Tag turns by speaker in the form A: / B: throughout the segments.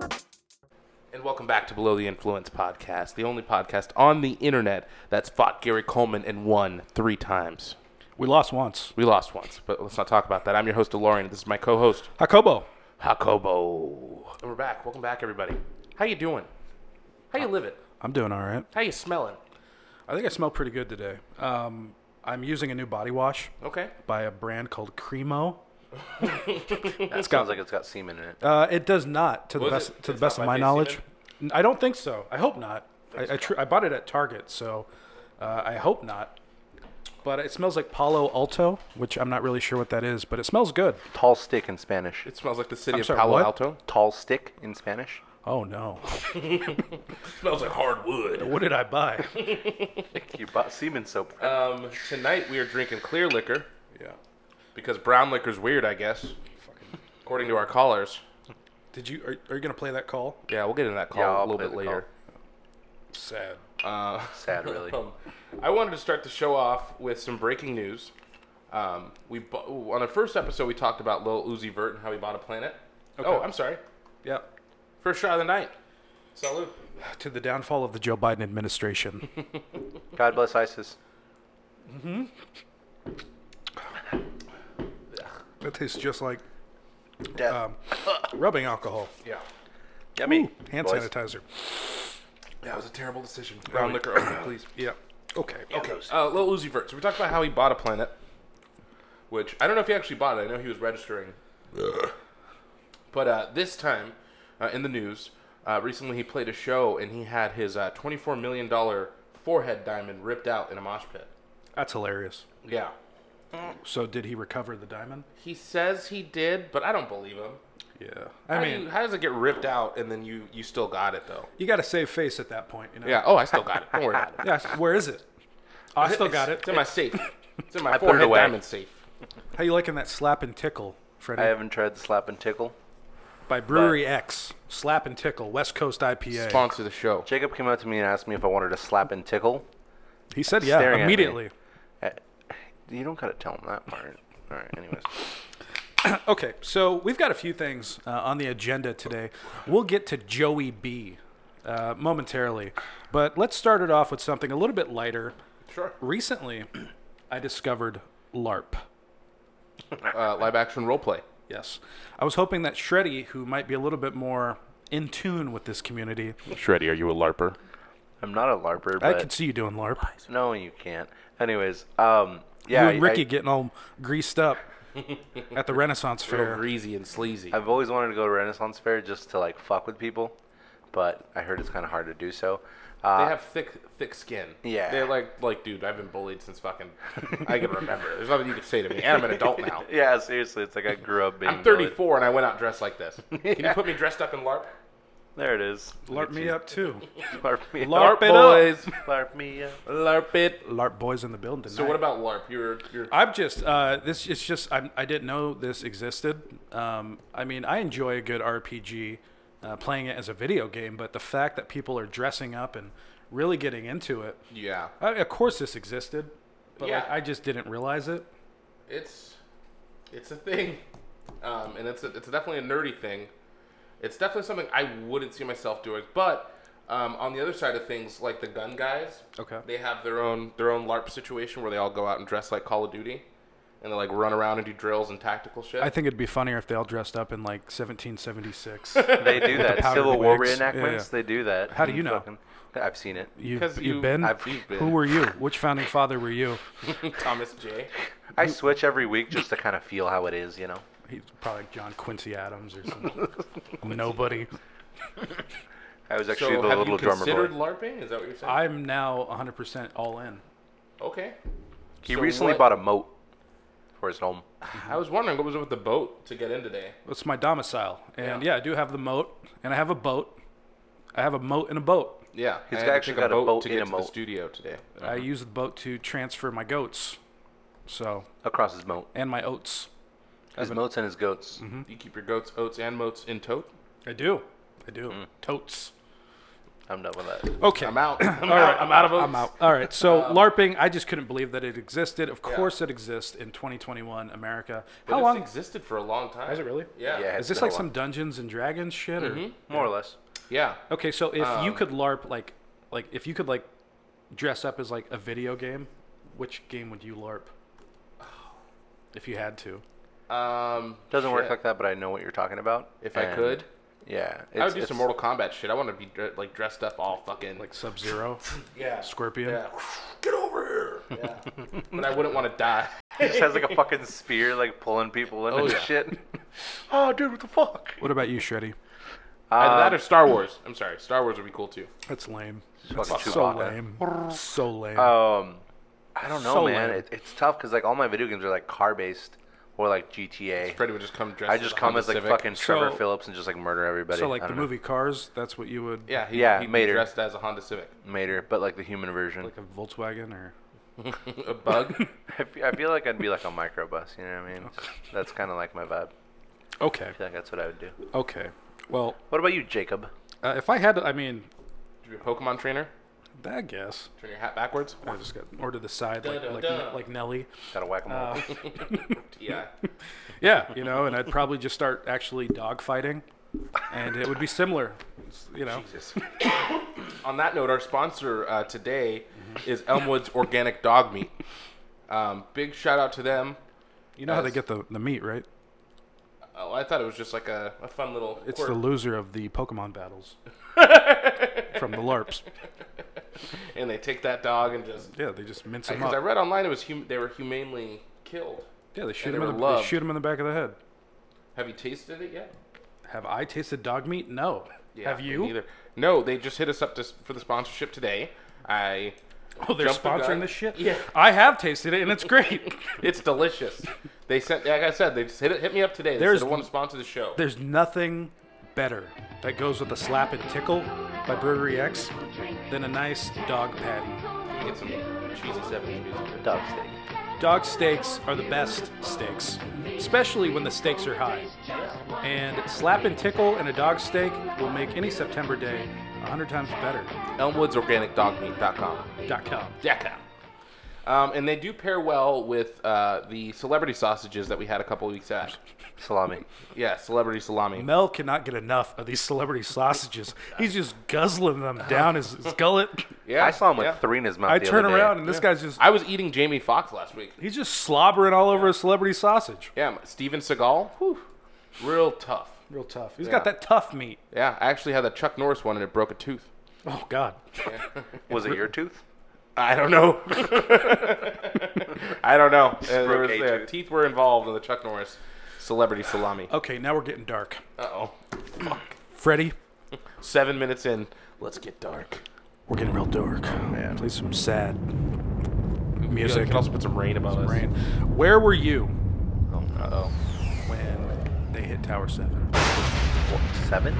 A: And welcome back to Below the Influence podcast, the only podcast on the internet that's fought Gary Coleman and won three times.
B: We lost once.
A: We lost once, but let's not talk about that. I'm your host, DeLorean. This is my co-host,
B: Hakobo.
A: Jacobo. And we're back. Welcome back, everybody. How you doing? How you living?
B: I'm doing all right.
A: How you smelling?
B: I think I smell pretty good today. Um, I'm using a new body wash
A: Okay.
B: by a brand called Cremo.
C: That sounds like it's got semen in it.
B: Uh, it does not, to the
A: Was
B: best
A: it-
B: to the
A: it's
B: best
A: not
B: of
A: by
B: my
A: Mace
B: knowledge. N- I don't think so. I hope not. I I, tr- I bought it at Target, so uh, I hope not. But it smells like Palo Alto, which I'm not really sure what that is, but it smells good.
C: Tall stick in Spanish.
A: It smells like the city
B: I'm
A: of
B: sorry,
A: Palo
B: what?
A: Alto.
C: Tall stick in Spanish.
B: Oh no!
A: smells like hardwood.
B: what did I buy?
C: You bought semen soap.
A: Um, tonight we are drinking clear liquor
B: yeah.
A: because brown liquor's weird, I guess, according to our callers.
B: Did you are, are you gonna play that call?
A: Yeah, we'll get into that call
C: Yeah, I'll
A: a little
C: play
A: bit
C: the
A: later.
B: Sad.
A: Uh,
C: Sad, really.
A: Um, I wanted to start the show off with some breaking news. Um, we bu- ooh, on our first episode we talked about Lil Uzi Vert and how he bought a planet. Oh, I'm sorry.
B: Yeah.
A: First shot of the night. Salute.
B: To the downfall of the Joe Biden administration.
C: God bless ISIS.
B: That tastes just like
C: Death.
B: um, rubbing alcohol.
A: Yeah.
C: Yummy.
B: Hand
C: boys.
B: sanitizer.
A: That was a terrible decision. Brown
B: Really?
A: liquor only, please.
B: Yeah. Okay. Okay.
A: Uh, Lil Uzi Vert. So we talked about how he bought a planet, which I don't know if he actually bought it. I know he was registering. but uh, this time, uh, in the news, uh, recently he played a show and he had his uh, twenty-four million dollar forehead diamond ripped out in a mosh pit.
B: That's hilarious.
A: Yeah.
B: So did he recover the diamond?
A: He says he did, but I don't believe him.
B: Yeah.
A: How
B: I
A: do
B: mean,
A: you-
B: you,
A: how does it get ripped out and then you you still got it though?
B: got to save face at that point, you know.
A: Yeah. Oh, I still got it. Don't worry about it.
B: Yeah. Where is it? Oh, I still got it.
A: It's in my safe. It's in my
C: put it
A: forehead
C: away.
A: diamond safe.
B: How you liking that slap and tickle, Freddie?
C: I haven't tried the slap and tickle.
B: By Brewery X, Slap and Tickle, West Coast IPA.
A: Sponsor the show.
C: Jacob came up to me and asked me if I wanted to slap and tickle.
B: He said yeah
C: Staring at me.
B: immediately.
C: Uh, You don't gotta tell him that part. All right. Anyways,
B: Okay, so we've got a few things uh, on the agenda today. We'll get to Joey B uh, momentarily, but let's start it off with something a little bit lighter.
A: Sure.
B: Recently, I discovered LARP.
A: Uh, live action role play.
B: Yes. I was hoping that Shreddy, who might be a little bit more in tune with this community,
A: Shreddy, are you a LARPer?
C: I'm not a larper,
B: I
C: but
B: could see you doing LARP.
C: no, you can't. Anyways, um, yeah,
B: you
C: I-
B: and Ricky
C: I,
B: getting all greased up at the Renaissance Fair.
A: Greasy and sleazy.
C: I've always wanted to go to Renaissance Fair just to like fuck with people, but I heard it's kind of hard to do so. Uh,
A: they have thick, thick skin.
C: Yeah.
A: They're like, like, dude, I've been bullied since fucking I can remember. There's nothing you can say to me, and I'm an adult now.
C: yeah, seriously, it's like I grew up being.
A: I'm
C: bullied.
A: 34 and I went out dressed like this. Can you put me dressed up in LARP?
C: There it is.
B: LARP me up, too.
C: LARP me
B: LARP
C: up.
B: it up.
C: LARP me up.
A: LARP it.
B: LARP boys in the building.
A: So what about LARP? You're, you're.
B: I've just uh, this. It's just I'm, I didn't know this existed. Um, I mean, I enjoy a good RPG, uh, playing it as a video game, but the fact that people are dressing up and really getting into it,
A: Yeah.
B: I, of course, this existed, but like,
A: Yeah.
B: I just didn't realize it.
A: It's, it's a thing, um, and it's a, it's definitely a nerdy thing. It's definitely something I wouldn't see myself doing. But um, on the other side of things, like the gun guys,
B: Okay.
A: they have their own their own LARP situation where they all go out and dress like Call of Duty, and they like run around and do drills and tactical shit.
B: I think it'd be funnier if they all dressed up in like 1776.
C: They do that.
B: powdered
C: Civil War
B: wigs. Yeah,
C: reenactments.
B: yeah.
C: They do that.
B: How do you
C: Mm,
B: know?
C: I've seen it.
B: you,
A: 'Cause you-
B: you've been?
C: I've-
B: Who were you? Which founding father were you?
A: Thomas J.
C: I switch every week just to kind of feel how it is, you know.
B: He's probably John Quincy Adams or something. Nobody.
C: I was actually
A: So
C: the
A: have you
C: little drummer
A: considered
C: boy.
A: LARPing? Is that what you're saying?
B: I'm now 100% all in.
A: okay.
C: He
A: so
C: recently
A: what-
C: bought a moat for his home.
A: I was wondering what was up with the boat to get in today.
B: It's my domicile, and
A: Yeah.
B: yeah. I do have the moat, and I have a boat. I have a moat and a boat.
A: Yeah,
C: He's
A: I had to
C: actually
A: take
C: got a boat
A: to
C: in
A: get
C: a
A: to the
C: moat.
A: studio today.
B: I use the boat to transfer my goats, so
C: Across his moat.
B: and my oats.
C: His moats and his goats.
A: Mm-hmm.
B: Hmm?
A: You keep your goats, oats, and moats in tote.
B: I do, I do. Totes.
C: I'm done with that.
B: Okay.
A: I'm out. I'm,
B: All
A: out.
B: right.
A: I'm out of oats. Um,
B: I'm out. All right. So LARPing, I just couldn't believe that it existed. Of course, it exists in 2021 America. How
A: It's
B: long
A: existed for a long time.
B: is it really?
A: Yeah.
C: Yeah.
A: Yeah.
B: Is this
C: been a
B: like
C: while.
B: some Dungeons and Dragons shit? Or?
A: Mm-hmm.
C: More or less.
B: Okay, so if
C: Um,
B: you could LARP like like if you could like dress up as like a video game, which game would you LARP? If you had to.
A: Um,
C: Doesn't work
A: shit.
C: like that, but I know what you're talking about.
A: If I
C: and-
A: could,
C: Yeah. It's,
A: I would do
C: it's-
A: some Mortal Kombat shit. I want to be dre- like dressed up all fucking
B: Like Sub Zero?
A: yeah,
B: Scorpion?
A: Yeah. Get over here. Yeah. but I wouldn't want to die.
C: He just has like a fucking spear, like pulling people in
A: Oh,
C: and
A: yeah.
C: shit. oh, dude, what the fuck?
B: What about you, Shreddy?
A: Either
C: Um,
A: that or Star Wars. I'm sorry, Star Wars would be cool too.
B: That's lame.
C: That's fucking
B: So
C: Chewbacca.
B: lame. So lame.
C: Um, I don't know,
B: So
C: man.
B: lame.
C: It, it's tough because like all my video games are like car based or like GTA.
A: Freddy would just come dressed.
C: I just
A: a
C: come
A: Honda
C: as like
A: Civic.
C: fucking Trevor
B: So-
C: Phillips and just like murder everybody.
B: so like
C: I
B: the
C: don't know.
B: movie Cars, that's what you would
A: yeah, he,
C: Yeah,
A: he'd be
C: Mater.
A: dressed as a Honda Civic,
C: Mater, but like the human version.
B: like a Volkswagen or
A: a bug.
C: I fe- I feel like I'd be like a microbus. You know what I mean? That's kind of like my vibe.
B: Okay.
C: I feel like that's what I would do.
B: Okay. Well,
C: What about you, Jacob?
B: uh, if I had to, I mean,
A: You'd be a Pokemon trainer.
B: I guess.
A: Turn your hat backwards.
B: I just got or to the side like
A: Dun, dun,
B: like,
A: dun.
B: like Nelly.
C: Gotta whack 'em all.
B: Oh.
A: Yeah.
B: Yeah, you know, and I'd probably just start actually dogfighting, and it would be similar, It's, you know.
A: On that note, our sponsor uh, today is Elmwood's Organic Dog Meat. Um, big shout out to them.
B: You know how they
A: Yes.
B: get the, the meat, right?
A: Oh, I thought it was just like a, a fun little.
B: It's
A: quirk.
B: the loser of the Pokemon battles from the LARPs.
A: and they take that dog and just
B: Yeah, they just mince them
A: because
B: up.
A: I read online it was hum- they were humanely killed.
B: yeah, they shoot
A: and
B: them
A: they
B: in
A: were
B: the they
A: loved.
B: shoot 'em in the back of the head.
A: Have you tasted it yet?
B: Have I tasted dog meat? No.
A: Yeah,
B: Have
A: me
B: you?
A: Neither. No, they just hit us up to, s- for the sponsorship today. I.
B: Oh, they're
A: Jumped the
B: sponsoring
A: gun.
B: this shit.
A: Yeah.
B: I have tasted it and it's great.
A: It's delicious. they sent, like I said, they just hit it, hit me up today. They
B: There's-
A: said they want to sponsor the show.
B: There's nothing better that goes with a slap and tickle by Brewery X than a nice dog patty.
A: Can we get some cheesy '70s music.
C: Dog steak.
B: Dog steaks are the best steaks, especially when the stakes are high. And slap and tickle and a dog steak will make any September day 100 times better.
A: ElmwoodsOrganicDogMeat.com.
B: Dot com.
A: Deca. Um, and they do pair well with uh, the celebrity sausages that we had a couple weeks back.
C: Salami.
A: Yeah, celebrity salami.
B: Mel cannot get enough of these celebrity sausages. He's just guzzling them down his, his gullet.
A: Yeah,
C: I saw him with
A: yeah.
C: three in his mouth.
B: I
C: the
B: turn
C: other day.
B: around and this guy's just
A: I was eating Jamie Foxx last week.
B: he's just slobbering all over a celebrity sausage.
A: Yeah, Steven Seagal. Whew, real tough.
B: Real tough. He's
A: Yeah.
B: got that tough meat.
A: Yeah, I actually had the Chuck Norris one and it broke a tooth.
B: Oh God.
C: Was it your tooth?
A: I don't know. I don't know. Uh, there
C: broke
A: was,
C: a
A: yeah,
C: tooth.
A: teeth were involved in the Chuck Norris celebrity salami.
B: Okay, now we're getting dark.
A: Uh oh.
B: Freddy,
A: Seven minutes in. Let's get dark.
B: we're getting real dark. Play some sad
A: Music.
B: music.
A: can also put some rain above us.
B: Rain. Where were you
A: Uh oh.
B: when they hit Tower Seven?
C: What, seven?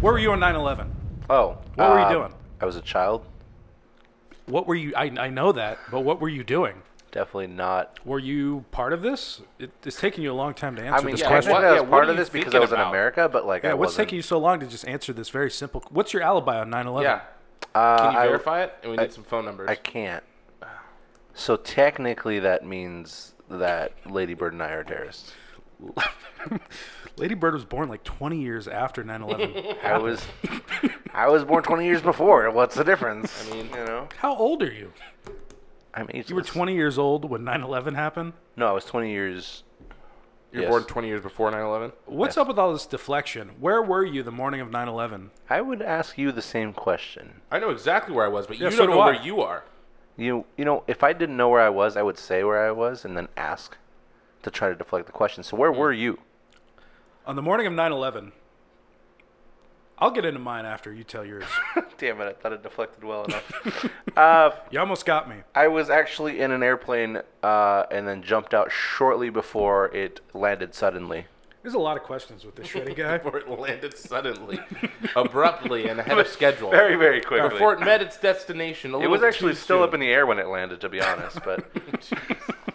B: Where were you on 9/11?
C: Oh.
B: What were you
C: um,
B: doing?
C: I was a child.
B: What were you? I, I know that, but what were you doing?
C: Definitely not.
B: Were you part of this? It, it's taking you a long time to answer
C: I mean,
B: this
C: yeah,
B: question.
C: technically
A: What-
C: I was
A: yeah, what
C: part
A: are
C: of
A: you
C: this because I
A: thinking
C: was in
A: about?
C: America, but like I
B: Yeah, what's
C: wasn't.
B: taking you so long to just answer this very simple? What's your alibi on 9/11?
A: Yeah.
C: Uh,
A: Can you
C: I-
A: verify it? And we need some phone numbers.
C: I can't. So technically, that means that Lady Bird and I are terrorists.
B: Lady Bird was born like 20 years after 9/11.
C: I was, I was born 20 years before. What's the difference? I mean, you know,
B: How old are you?
C: I'm ageless.
B: You were 20 years old when 9/11 happened.
C: No, I was 20 years.
A: You're
C: yes.
A: born 20 years before 9 11.
B: What's up with all this deflection? Where were you the morning of 9 11?
C: I would ask you the same question.
A: I know exactly where I was, but you
B: Yeah,
A: don't
B: so do
A: know
B: I.
A: where you are.
C: You, you know, if I didn't know where I was, I would say where I was and then ask to try to deflect the question. So where were you?
B: On the morning of 9 11, I'll get into mine after you tell yours.
C: Damn it! I thought it deflected well enough. uh,
B: you almost got me.
C: I was actually in an airplane uh, and then jumped out shortly before it landed suddenly.
B: There's a lot of questions with this shreddy guy.
A: Before it landed suddenly, abruptly, and ahead of schedule.
C: Very, very quickly.
A: Before it met its destination, a
C: it was actually still up in the air when it landed, to be honest. But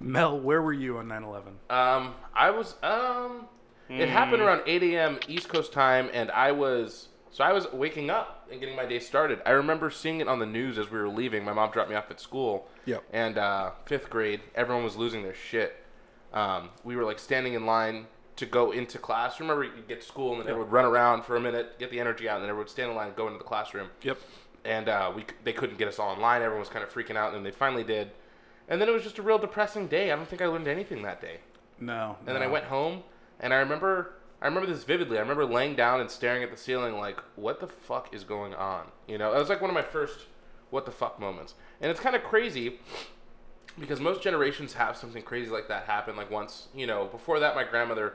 B: Mel, where were you on 9 11?
A: Um,
B: Hmm.
A: I was. Um, it happened around 8 a.m. East Coast time, and I was So I was waking up and getting my day started. I remember seeing it on the news as we were leaving. My mom dropped me off at school.
B: Yep.
A: And uh, fifth grade, everyone was losing their shit. Um, we were like standing in line to go into class. Remember, you get to school and then everyone would run around for a minute, get the energy out, and then everyone would stand in line and go into the classroom
B: Yep.
A: and uh, we c- they couldn't get us all online. Everyone was kind of freaking out, and they finally did. And then it was just a real depressing day. I don't think I learned anything that day.
B: No.
A: And then I went home, and I remember I remember this vividly. I remember laying down and staring at the ceiling, like, "What the fuck is going on?" You know, it was like one of my first "what the fuck" moments. And it's kind of crazy because most generations have something crazy like that happen. Like once, you know, before that, my grandmother,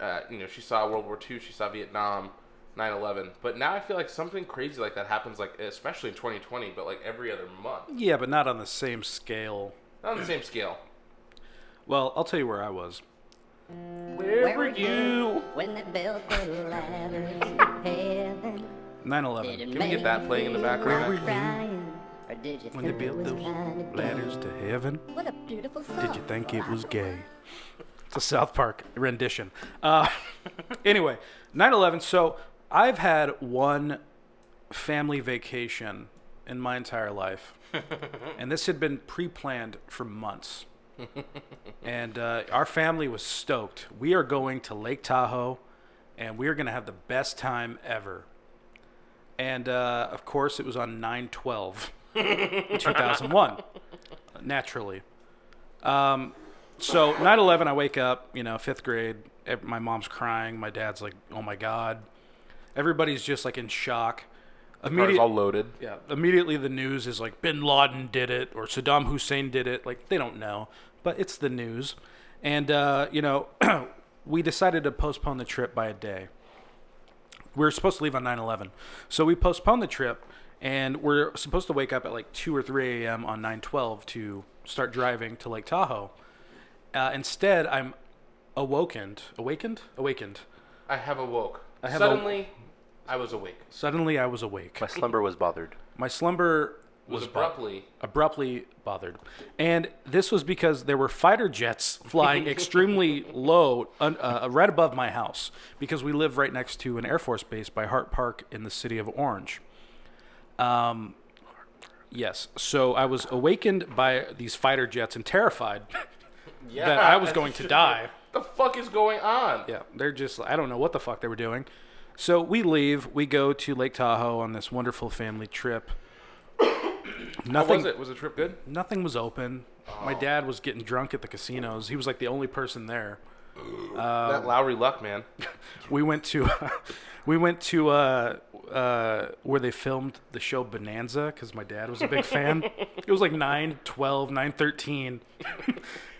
A: uh, you know, she saw World War II, she saw Vietnam, 9/11. But now I feel like something crazy like that happens, like especially in 2020, but like every other month,
B: Yeah, but not on the same scale.
A: not on the same scale.
B: Well, I'll tell you where I was.
A: Where were you?
D: When they built the ladder in heaven,
B: 9/11.
D: did it
A: Can we get that playing in the background?
D: Brian, or did you
B: When they
D: think it
B: built
D: was
B: those
D: kind of
B: ladders to heaven,
D: What a beautiful song.
B: did you think it was gay? It's a South Park rendition. Uh, anyway, 9/11. So I've had one family vacation in my entire life, and this had been pre-planned for months. and uh, our family was stoked. We are going to Lake Tahoe, and we are going to have the best time ever. And uh, of course, it was on 9 12, 2001, naturally. Um, so 9 11, I wake up, you know, fifth grade. ev- My mom's crying. My dad's like, oh my God. Everybody's just like in shock.
A: Cars
B: Immediate-
A: all loaded.
B: yeah. Immediately, the news is like Bin Laden did it or Saddam Hussein did it. Like they don't know, but it's the news. And uh, you know, we decided to postpone the trip by a day. We were supposed to leave on 9/11, so we postponed the trip, and we're supposed to wake up at like two or three a.m. on 9/12 to start driving to Lake Tahoe. Uh, instead, I'm awakened, awakened, awakened.
A: I have awoke.
B: have
A: Suddenly, I was awake. It
B: Suddenly, I was awake.
C: My slumber was bothered.
B: My slumber
A: was
B: was bo-
A: abruptly.
B: abruptly bothered. And this was because there were fighter jets flying extremely low, un, uh, right above my house, because we live right next to an Air Force base by Hart Park in the city of Orange. Um, yes. So I was awakened by these fighter jets and terrified
A: Yeah,
B: that I was
A: that's
B: going to
A: just-
B: die.
A: The fuck is going on?
B: Yeah, they're just I don't know what the fuck they were doing. So we leave, we go to Lake Tahoe on this wonderful family trip.
A: How
B: Nothing
A: was it? Was the trip good?
B: nothing was open. My dad was getting drunk at the casinos. He was like the only person there.
A: that Lowry luck, man.
B: We went to we went to uh, uh, where they filmed the show Bonanza because my dad was a big fan. It was like 9, 12, 9, 13.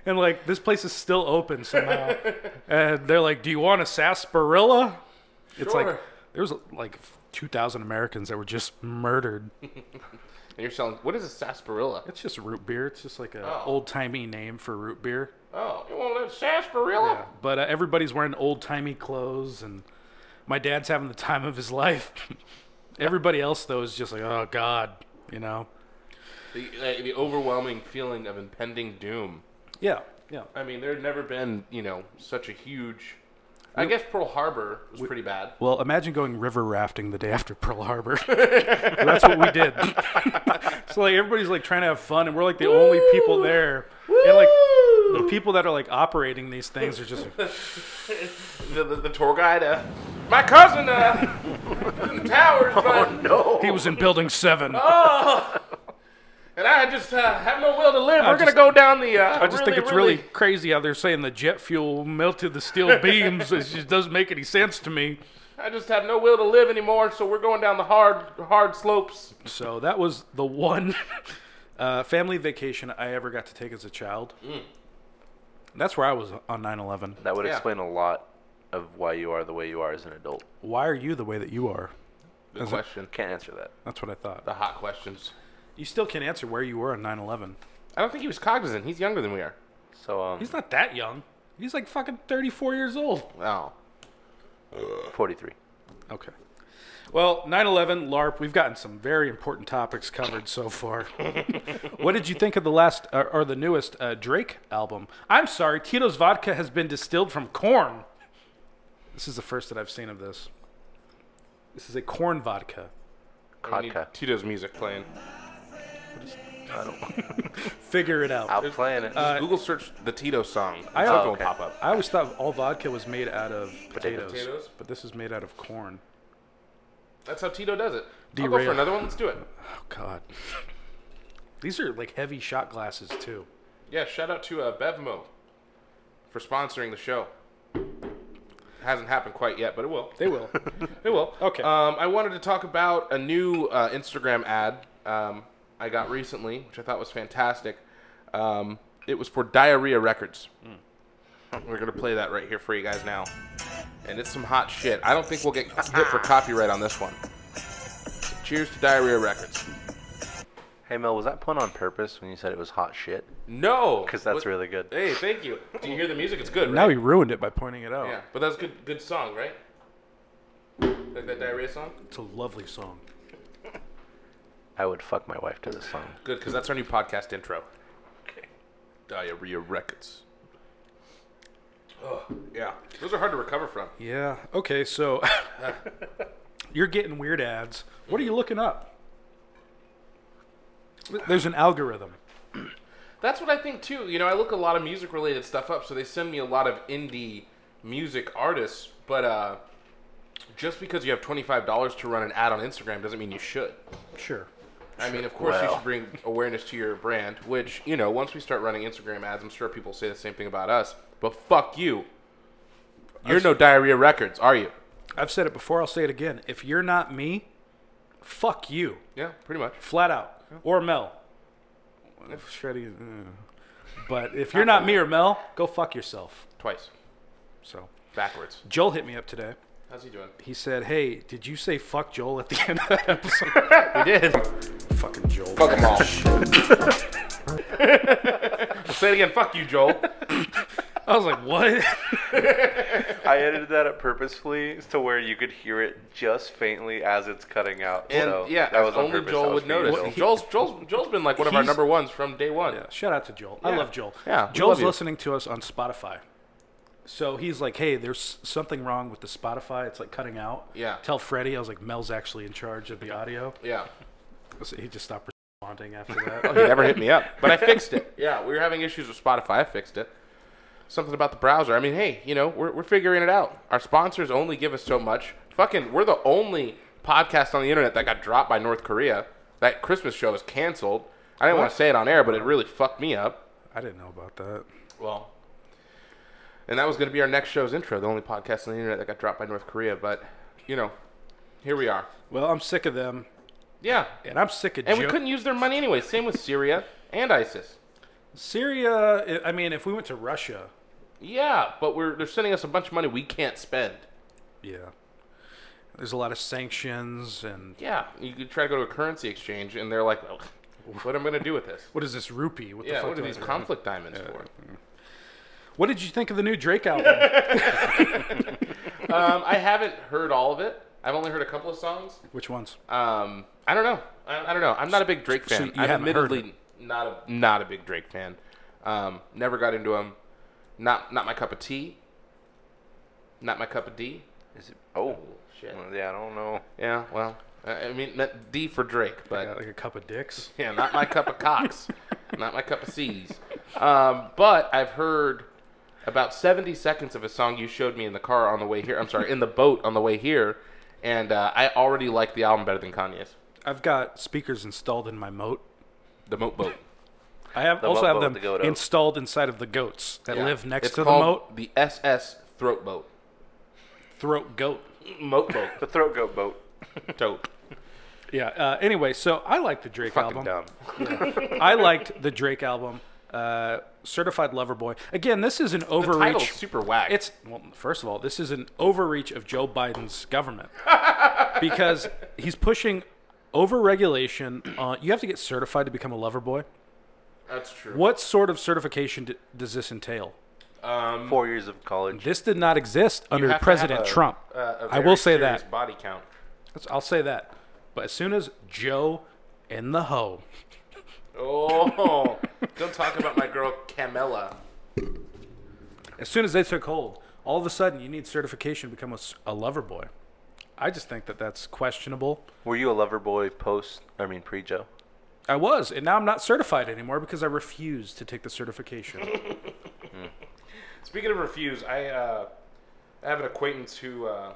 B: and like this place is still open somehow. and they're like, "Do you want a sarsaparilla?" It's like
A: Sure.
B: there was like 2,000 Americans that were just murdered.
A: And you're selling. What is a sarsaparilla?
B: It's just root beer. It's just like a
A: Oh.
B: old timey name for root beer.
A: Oh, you want a little sarsaparilla?
B: But uh, everybody's wearing old timey clothes, and my dad's having the time of his life. Everybody else, though, is just like, oh, God, you know?
A: The, uh, the overwhelming feeling of impending doom.
B: Yeah, yeah.
A: I mean, there had never been, you know, such a huge. I guess Pearl Harbor was pretty bad.
B: Well, imagine going river rafting the day after Pearl Harbor. That's what we did. so like everybody's like trying to have fun, and we're like the only people there. And like the people that are like operating these things are just like,
A: The, the, the tour guide, uh, my cousin, uh, was in the towers, but
B: he was in building seven.
A: and I just uh, have no will to live. We're gonna
B: just-
A: go down the. Uh,
B: I just think it's really, crazy how they're saying the jet fuel melted the steel beams. It just doesn't make any sense to me.
A: I just have no will to live anymore, so we're going down the hard, hard slopes.
B: So that was the one uh, family vacation I ever got to take as a child. That's where I was on 9 11.
C: That would
A: Yeah.
C: explain a lot of why you are the way you are as an adult.
B: Why are you the way that you are?
A: Good question.
C: Can't answer that.
B: That's what I
A: The
B: thought.
A: hot questions.
B: You still can't answer where you were on 9 11.
A: I don't think he was cognizant. He's younger than we are.
C: So um,
B: He's not that young. He's like fucking 34 years old.
A: Oh.
C: 43.
B: Okay. Well, 9 11, LARP, we've gotten some very important topics covered so far. what did you think of the last or, or the newest uh, Drake album? I'm sorry, Tito's vodka has been distilled from corn. This is the first that I've seen of this. This is a corn vodka.
A: We need
C: Vodka.
A: Tito's music playing.
C: I don't.
B: Figure it out.
C: I'm playing it.
A: Just Google search the Tito song.
B: I-
A: Something
B: oh,
A: will
C: okay.
A: pop up.
B: I always thought all vodka was made out of potatoes,
C: Potatoes.
A: Potatoes?
B: but this is made out of corn.
A: That's how Tito does it. I'll go
B: Derail.
A: for another one. Let's do it.
B: Oh God. These are like heavy shot glasses too.
A: Yeah, shout out to uh, Bevmo for sponsoring the show. Hasn't happened quite yet, but it will.
B: They will.
A: It will.
B: Okay.
A: Um, I wanted to talk about a new uh, Instagram ad um, I got recently, which I thought was fantastic. Um, it was for Diarrhea Records.
C: Hmm.
A: We're gonna play that right here for you guys now, and it's some hot shit. I don't think we'll get hit for copyright on this one. Cheers to Diarrhea Records.
C: hey Mel, was that pun on purpose when you said it was hot shit?
A: No,
C: Because that's
A: What-
C: really good.
A: Hey, thank you. Do you hear the music? It's good. Right?
B: now he ruined it by pointing it out.
A: Yeah, but that's good. Good song, right? Like that diarrhea song.
B: It's a lovely song.
C: I would fuck my wife to this song.
A: Good, because that's our new podcast intro. Diarrhea records. Ugh, yeah, those are hard to recover from.
B: Yeah. Okay. So you're getting weird ads. What are you looking up? There's an algorithm.
A: That's what I think too. You know, I look a lot of music related stuff up, so they send me a lot of indie music artists. But uh, just because you have twenty five dollars to run an ad on Instagram doesn't mean you should.
B: Sure.
A: I mean, of course, you
C: Well.
A: should bring awareness to your brand, which, you know, once we start running Instagram ads, I'm sure people say the same thing about us. But fuck you. You're no Diarrhea Records, are you?
B: I've said it before. I'll say it again. If you're not me, fuck you,
A: Yeah, pretty much.
B: flat out, or Mel. Shreddy. uh, But if you're not me or Mel, go fuck yourself.
A: Twice.
B: So
A: Backwards.
B: Joel hit me up today.
A: How's he doing?
B: He said, "Hey, did you say fuck Joel at the end of that episode?"
A: We did.
B: Fucking Joel.
A: Fuck them all. say it again. Fuck you, Joel.
B: I was like, "What?"
C: I edited that up purposefully to where you could hear it just faintly as it's cutting out.
A: And
C: so
A: yeah,
C: that was on
A: only
C: purpose.
A: Joel
C: That was
A: would
C: being
A: notice.
C: Joel.
A: Joel's, Joel's, Joel's been like one of our
B: He's-
A: number ones from day one.
B: Yeah, shout out to Joel. I
A: Yeah.
B: love Joel.
A: Yeah, we love
B: Joel's
A: you.
B: listening to us on Spotify. So he's like, "Hey, there's something wrong with the Spotify. It's like cutting out."
A: Yeah.
B: Tell Freddie. I was like, "Mel's actually in charge of the audio."
A: Yeah.
B: So he just stopped responding after
A: He
B: that.
A: never hit me up, but I fixed it. Yeah, we were having issues with Spotify. I fixed it. Something about the browser. I mean, hey, you know, we're, we're figuring it out. Our sponsors only give us so much. Fucking, we're the only podcast on the internet that got dropped by North Korea. That Christmas show is canceled. I didn't want to say it on air, but it really fucked me up.
B: I didn't know about that.
A: Well, and that was going to be our next show's intro, the only podcast on the internet that got dropped by North Korea. But, you know, here we are.
B: Well, I'm sick of them,
A: Yeah.
B: and I'm sick of
A: And
B: Joe-
A: we couldn't use their money anyway. Same with Syria and ISIS.
B: Syria. eh, I I mean, if we went to Russia,
A: Yeah, but we're they're sending us a bunch of money we can't spend.
B: yeah, there's a lot of sanctions and
A: Yeah, you could try to go to a currency exchange, and they're like, "Ugh, "What am I gonna do with this?"
B: what is this rupee? What the
A: Yeah,
B: fuck
A: what are
B: do I
A: these
B: do?
A: conflict diamonds for?
B: What did you think of the new Drake album?
A: Um, I haven't heard all of it. I've only heard a couple of songs.
B: Which ones?
A: Um, I don't know. I, I don't know. I'm not a big Drake
B: So
A: fan.
B: you
A: I'm
B: haven't heard
A: admittedly not a not a big Drake fan. Um, never got into him. Not not my cup of tea. Not my cup of D.
C: Is it, oh,
A: shit.
C: Well, Yeah, I don't know.
A: Yeah, well, I I mean not D for Drake, but
B: Yeah, like a cup of dicks.
A: Yeah, not my cup of cocks, not my cup of C's. Um, but I've heard about 70 seconds of a song you showed me in the car on the way here. I'm sorry, in the boat on the way here, and uh, I already like the album better than Kanye's.
B: I've got speakers installed in my moat.
A: The Moat Boat.
B: I have
C: The
B: also
C: moat
B: have
C: boat,
B: them
C: the goat oat.
B: installed inside of the goats that
A: Yeah.
B: live next
A: It's
B: to the
A: called
B: moat.
A: The SS Throat Boat.
B: Throat goat.
A: Moat Boat.
C: The throat goat boat.
A: Tote.
B: Yeah. Uh, anyway, so I like the Drake
A: Fucking
B: album.
A: dumb.
B: I liked the Drake album. Uh, Certified Lover Boy. Again, this is an
A: The title's
B: overreach.
A: super whack.
B: It's well, first of all, this is an overreach of Joe Biden's government because he's pushing overregulation. On you have to get certified to become a lover boy.
A: that's true.
B: What sort of certification d- does this entail?
C: Um, Four years of college.
B: This did not exist under
A: have to
B: President
A: have a-
B: Trump.
A: Uh, a
B: I
A: very
B: will say
A: serious
B: that.
A: body count.
B: That's- I'll say that. But as soon as Joe and the hoe,
A: Oh, don't talk about my girl Camilla.
B: as soon as they took hold, all of a sudden you need certification to become a, s- a lover boy. I just think that that's questionable.
C: Were you a lover boy post? I mean pre Joe.
B: I was, and now I'm not certified anymore because I refuse to take the certification.
A: Speaking of refuse, I uh, I have an acquaintance who uh,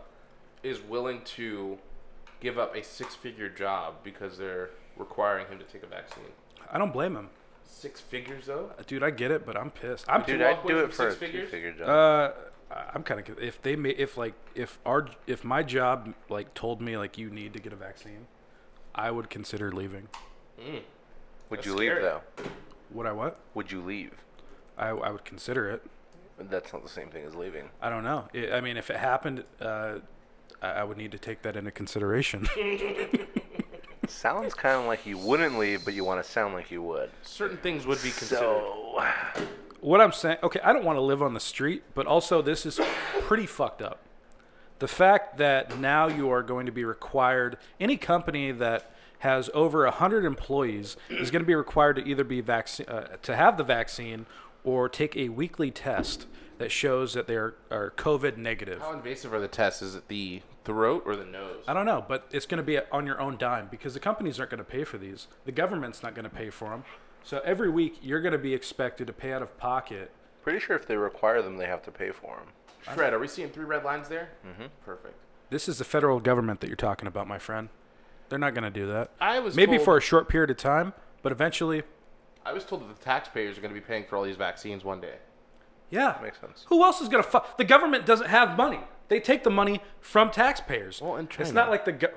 A: is willing to give up a six-figure job because they're requiring him to take a vaccine.
B: I don't blame him, Uh,
A: Six figures though.
B: dude. I get it, but I'm pissed. I'm
C: Dude,
A: walk
C: I'd
A: away
C: do
A: from
C: it for
A: six
C: a
A: figures?
C: two-figure job.
B: Uh, I- I'm kind of if they may if like if our if my job like told me like you need to get a vaccine, I would consider leaving.
C: Would
A: that's
C: you
A: scary.
C: leave though?
B: Would I what?
C: Would you leave?
B: I I would consider it.
C: That's not the same thing as leaving.
B: I don't know. It, I mean, if it happened, uh, I, I would need to take that into consideration.
C: Sounds kind of like you wouldn't leave, but you want to sound like you would.
A: Certain things would be considered.
C: So
B: what I'm saying, okay, I don't want to live on the street, but also this is pretty fucked up. The fact that now you are going to be required, any company that has over 100 employees is going to be required to either be vaccine, uh, to have the vaccine or take a weekly test that shows that they are, are COVID negative.
A: How invasive are the tests? Is it the throat or the nose?
B: I don't know, but it's going to be on your own dime because the companies aren't going to pay for these. The government's not going to pay for them. So every week you're going to be expected to pay out of pocket.
C: pretty sure if they require them, they have to pay for them.
A: Shred, are we seeing three red lines there? Mm-hmm. Perfect.
B: This is the federal government that you're talking about, my friend. They're not going to do that.
A: I was
B: maybe
A: told-
B: for a short period of time, but eventually,
A: I was told that the taxpayers are going to be paying for all these vaccines one day.
B: yeah,
C: Makes sense.
B: Who else is going to fuck? The government doesn't have money. They take the money from taxpayers.
A: Well, in
B: it's
A: China.
B: not like the go-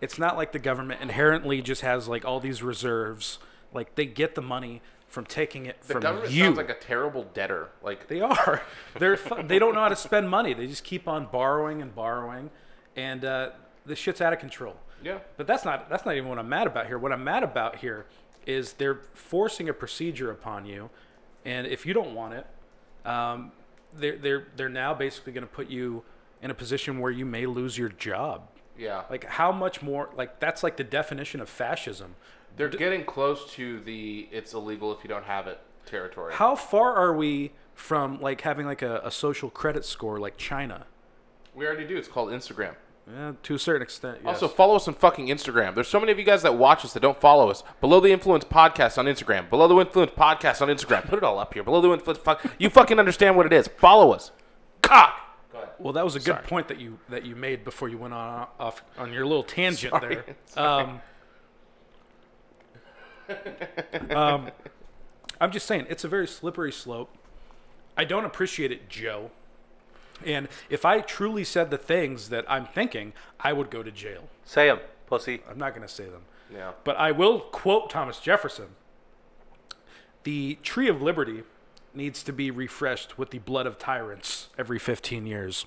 B: it's not like the government inherently just has like all these reserves. Like they get the money from taking it
A: The
B: from
A: government
B: you.
A: sounds like a terrible debtor. Like
B: They are. They're fu- they don't know how to spend money. They just keep on borrowing and borrowing, and uh, the shit's out of control.
A: Yeah.
B: But that's not that's not even what I'm mad about here. What I'm mad about here is they're forcing a procedure upon you, and if you don't want it, um, they're they're they're now basically going to put you in a position where you may lose your job.
A: yeah,
B: Like how much more? Like that's like the definition of fascism.
A: they're getting close to the it's illegal if you don't have it territory.
B: How far are we from like having like a, a social credit score like China?
A: we already do. It's called Instagram.
B: Yeah, Eh, to a certain extent. Yes.
A: Also, follow us on fucking Instagram. There's so many of you guys that watch us that don't follow us. Below the Influence podcast on Instagram. Below the Influence podcast on Instagram. Put it all up here. Below the Influence. Fuck, you fucking understand what it is. Follow us. Cock. Go ahead.
B: well, that was a good point that you that you made before you went on off on your little tangent there. Um, um, I'm just saying it's a very slippery slope. I don't appreciate it, Joe. And if I truly said the things that I'm thinking, I would go to jail.
C: Say them, pussy.
B: I'm not going to say them.
A: Yeah.
B: But I will quote Thomas Jefferson. The tree of liberty needs to be refreshed with the blood of tyrants every 15 years.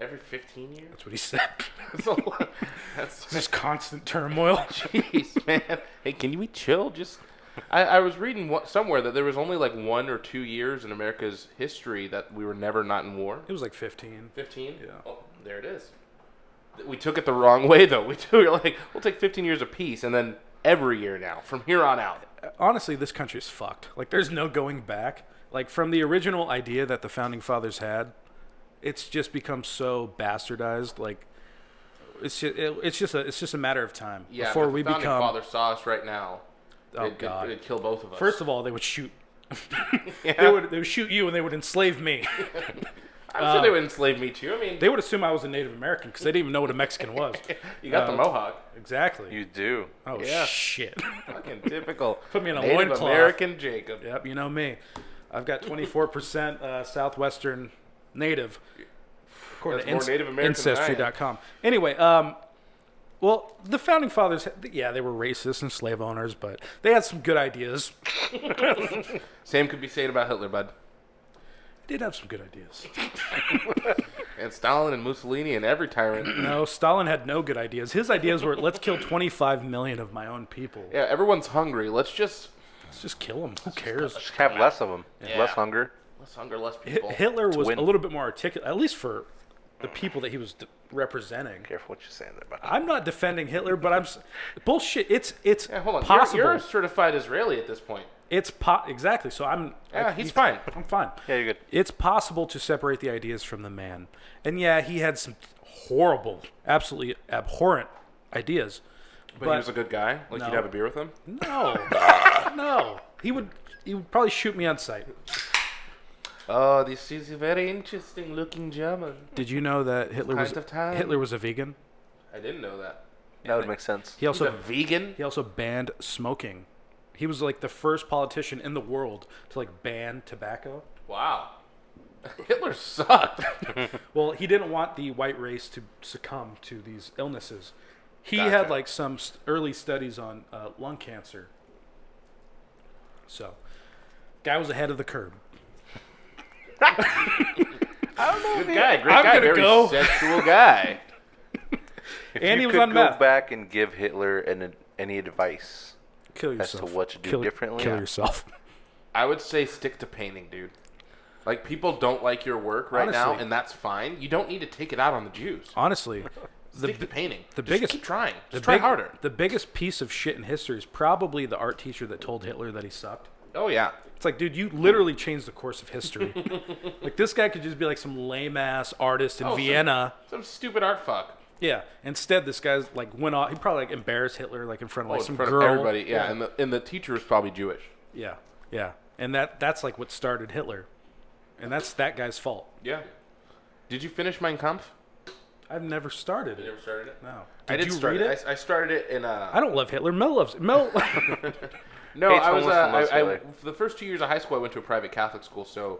A: Every 15 years?
B: That's what he said.
A: That's a lot. That's
B: Just constant turmoil.
A: Jeez, man. Hey, can you be chill? Just, I, I was reading what, somewhere that there was only like one or two years in America's history that we were never not in war.
B: It was like 15.
A: Fifteen.
B: Yeah.
A: Oh, there it is. We took it the wrong way though. We took like we'll take fifteen years apiece, and then every year now from here on out.
B: Honestly, this country's fucked. Like, there's no going back. Like, from the original idea that the founding fathers had, it's just become so bastardized. Like, it's just, it, it's just a it's just a matter of time
A: Yeah.
B: before
A: if
B: we
A: the founding
B: become.
A: father saw us right now.
B: Oh,
A: it'd,
B: God.
A: It'd, kill both of us.
B: First of all, they would shoot. they would they would shoot you and they would enslave me.
A: I'm sure they would enslave me too. I mean,
B: uh, they would assume I was a Native American because they didn't even know what a Mexican was.
A: you got the
B: uh,
A: mohawk.
B: Exactly.
C: You do.
B: oh
A: yeah.
B: shit.
A: Fucking typical.
B: Put me in a
A: Native
B: loincloth.
A: American Jacob.
B: yep, you know me. I've got 24% uh, southwestern Native. According
A: That's more Native American than I am.
B: ancestry.com. Anyway, um, well, the founding fathers, yeah, they were racist and slave owners, but they had some good ideas.
A: Same could be said about Hitler, bud.
B: They did have some good ideas.
A: And Stalin and Mussolini and every tyrant.
B: No, Stalin had no good ideas. His ideas were let's kill 25 million of my own people.
A: Yeah, everyone's hungry. Let's just
B: Let's just kill them. Who cares?
C: Just have less of them. Less hunger.
A: less hunger, less
B: Hit-
A: people.
B: Hitler was
C: win.
B: a little bit more articulate, at least for the people that he was d- representing.
C: Careful what you're saying there, buddy.
B: I'm not defending Hitler, but I'm s- bullshit. It's it's
A: Yeah, hold on. You're-
B: possible.
A: You're, a certified Israeli at this point.
B: It's po- exactly. So I'm.
A: Yeah,
B: I-
A: he's fine.
B: I'm fine.
C: Yeah, you're good.
B: It's possible to separate the ideas from the man, and yeah, he had some horrible, absolutely abhorrent ideas.
A: But, he was a good guy. Like
B: No.
A: you'd have a beer with him.
B: no, no, he would he would probably shoot me on sight.
A: Oh, this is a very interesting looking German.
B: Did you know that Hitler was
A: Kind of time.
B: Hitler was a vegan?
A: I didn't know that.
C: That would make sense.
B: He also
A: He's a vegan.
B: He also banned smoking. He was like the first politician in the world to like ban tobacco.
A: Wow. Hitler sucked.
B: Well, he didn't want the white race to succumb to these illnesses. He had
A: Gotcha.
B: like some st- early studies on uh, lung cancer. So, guy was ahead of the curve.
A: Good guy. Great
B: I'm
A: guy.
B: gonna
A: Very
B: go.
A: sexual guy.
B: and he
C: you
B: was
C: could
B: on
C: go
B: meth.
C: back and give Hitler an, any advice
B: Kill
C: as
B: yourself.
C: to what to do
B: kill,
C: differently.
B: Kill yourself.
A: I would say stick to painting, dude. Like people don't like your work right now,
B: Honestly.
A: and that's fine. You don't need to take it out on the Jews.
B: Honestly, Uh, the
A: stick to painting.
B: the
A: Just
B: biggest-
A: keep trying. Just
B: the
A: try
B: big-
A: harder.
B: The biggest piece of shit in history is probably the art teacher that told Hitler that he sucked.
A: Oh yeah.
B: It's like, dude, you literally changed the course of history. like this guy could just be like some lame ass artist in
A: Oh, so-
B: Vienna.
A: Some stupid art fuck.
B: Yeah. Instead, this guy's like went off. He probably like embarrassed Hitler like in front of
A: Oh,
B: like
A: in
B: some
A: front
B: girl.
A: of everybody. Yeah, and the and the teacher was probably Jewish.
B: Yeah. Yeah. And that that's like what started Hitler, and that's that guy's fault.
A: Yeah. Did you finish Mein Kampf?
B: I've never started it.
A: started it.
B: No.
A: I did
B: you
A: start
B: read
A: it.
B: it?
A: I, I started it in uh,
B: I don't love Hitler. Mel loves Mel.
A: No,
C: Hates
A: I was. Uh,
C: homeless the most,
A: I, I-
C: really.
A: for the first two years of high school, I went to a private Catholic school, so,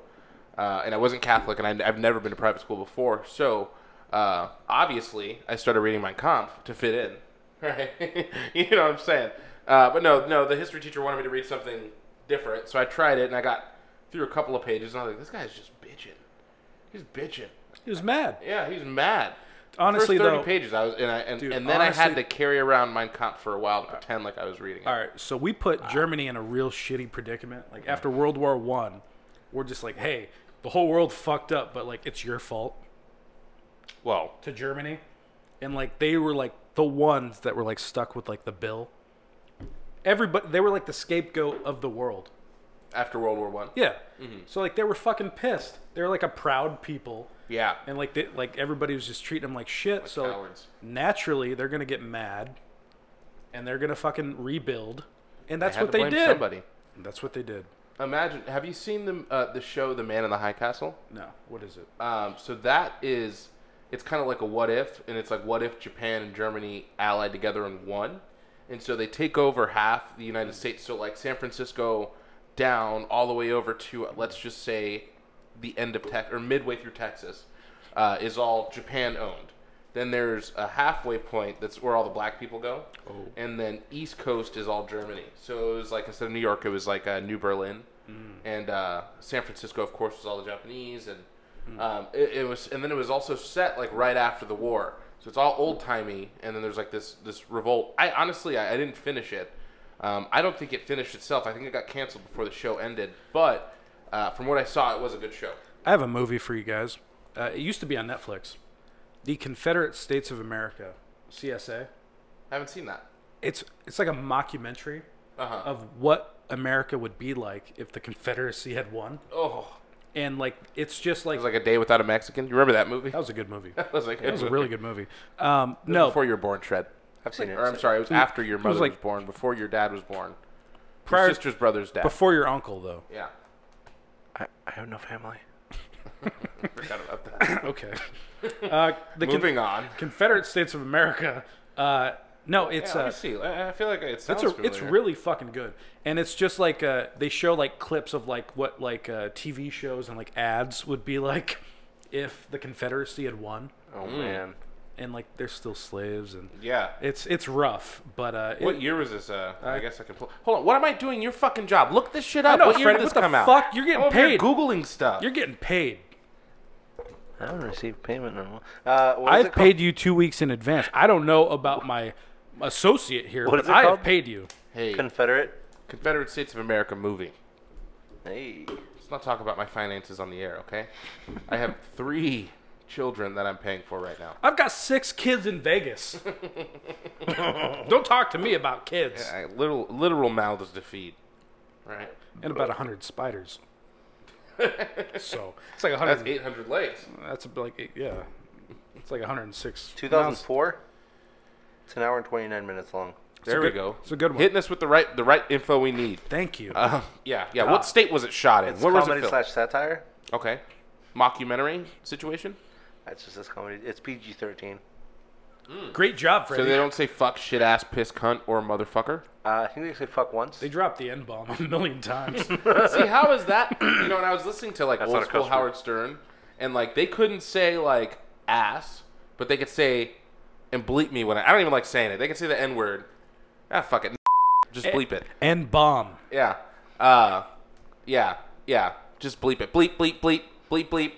A: uh, and I wasn't Catholic, and I, have never been to private school before. So, uh, obviously, I started reading Mein Kampf to fit in. Right? you know what I'm saying? Uh, but no, no, the history teacher wanted me to read something different, so I tried it, and I got through a couple of pages, and I was like, this guy's just bitching. He's bitching.
B: he was mad.
A: Yeah, he's mad.
B: Honestly,
A: First 30
B: though-
A: pages, I was, and, I, and,
B: Dude,
A: and then I had to
B: honestly-
A: carry around Mein Kampf for a while to pretend like I was reading it.
B: All right, so we put Germany in a real shitty predicament. Like after World War One, we're just like, hey, the whole world fucked up, but like it's your fault
A: Well,
B: to Germany, and like they were like the ones that were like stuck with like the bill. Everybody, they were like the scapegoat of the world.
A: after World War One.
B: Yeah. So like they were fucking pissed. They were like a proud people,
A: Yeah.
B: and like they, like everybody was just treating them like shit. so
A: cowards.
B: naturally, they're gonna get mad, and they're gonna fucking rebuild, and that's
A: had to
B: what they
A: blame
B: did.
A: Somebody.
B: That's what they did.
A: Imagine. Have you seen the uh, the show The Man in the High Castle?
B: No. What is it?
A: Um, so that is, it's kind of like a what if, and it's like what if Japan and Germany allied together in one, and so they take over half the United States. So like San Francisco, down all the way over to let's just say, the end of Tex or midway through Texas, uh, is all Japan owned. Then there's a halfway point that's where all the black people go, and then East Coast is all Germany. So it was like instead of New York, it was like uh, New Berlin, and uh, San Francisco, of course, was all the Japanese, and um, it, it was, and then it was also set like right after the war. So it's all old timey, and then there's like this this revolt. I honestly, I, I didn't finish it. Um, I don't think it finished itself. I think it got canceled before the show ended. But uh, from what I saw, it was a good show.
B: I have a movie for you guys. Uh, it used to be on Netflix. The Confederate States of America, CSA.
A: I haven't seen that.
B: It's it's like a mockumentary
A: Uh-huh.
B: of what America would be like if the Confederacy had won.
A: Oh,
B: And like it's just like,
A: it was like a day without a Mexican. You remember that movie?
B: that was a good movie.
A: That was like
B: That was a really good movie. Um, no,
A: before you were born, Shred.
C: I've seen it.
A: Or I'm sorry, it was after your mother was,
B: like-
A: born, before your dad was born,
B: prior,
A: your sister's brother's dad.
B: before your uncle though.
A: yeah,
C: I, I have no family.
A: forgot about that.
B: Okay. Uh, the Con-
A: Moving on.
B: Confederate States of America. Uh, no, it's
A: Yeah, let
B: uh,
A: me see. I I feel like it sounds
B: it's a, it's
A: familiar.
B: really fucking good and it's just like uh, they show like clips of like what like uh, tv shows and like ads would be like if the confederacy had won
C: Oh man.
B: and like they're still slaves and
A: Yeah.
B: it's it's rough but uh
A: What
B: it,
A: year was this? Uh, I guess I can pull. Hold on. What am I doing? Your fucking job. Look this shit up.
B: know,
A: what year
B: Fred,
A: did this
B: what the
A: come out?
B: fuck? You're getting
A: I'm over here
B: paid.
A: Googling stuff.
B: you're getting paid
C: I don't receive payment no more. Uh, what is
B: i've
C: it called?
B: paid you two weeks in advance i don't know about my associate here
C: What
B: but
C: is it
B: i
C: called?
B: have paid you
A: hey,
C: Confederate.
A: Confederate States of America movie.
C: Hey.
A: Let's not talk about my finances on the air, okay? I have three children that I'm paying for right now.
B: i've got six kids in vegas don't talk to me about kids
A: I, literal, literal mouths to feed. Right.
B: and about 100 spiders so it's like 100
A: That's 800 legs.
B: That's like eight, yeah, It's like 106.
C: 2004. It's an hour and 29 minutes long.
A: There
B: a
A: we
B: good-
A: go.
B: it's a good one.
A: Hitting us with the right the right info we need.
B: Thank you.
A: Uh, yeah, yeah.
B: Ah.
A: What state was it shot in?
C: It's
A: Where was it
C: comedy
A: filmed?
C: slash satire.
A: okay, mockumentary situation.
C: That's just this comedy. It's PG 13.
B: Great job,
A: So
B: Freddie.
A: they don't say fuck, shit, ass, piss, cunt, or motherfucker.
C: Uh, I think they say fuck once.
B: They dropped the N bomb a million times.
A: See, how is that? You know, and I was listening to like
C: That's
A: old
C: not a
A: school
C: cuss word.
A: Howard Stern, and like they couldn't say like ass, but they could say and bleep me when I, I don't even like saying it. They could say the n word. Ah, fuck it, just bleep it.
B: N bomb.
A: Yeah. Uh, yeah. Yeah. Just bleep it. Bleep, bleep, bleep, bleep, bleep.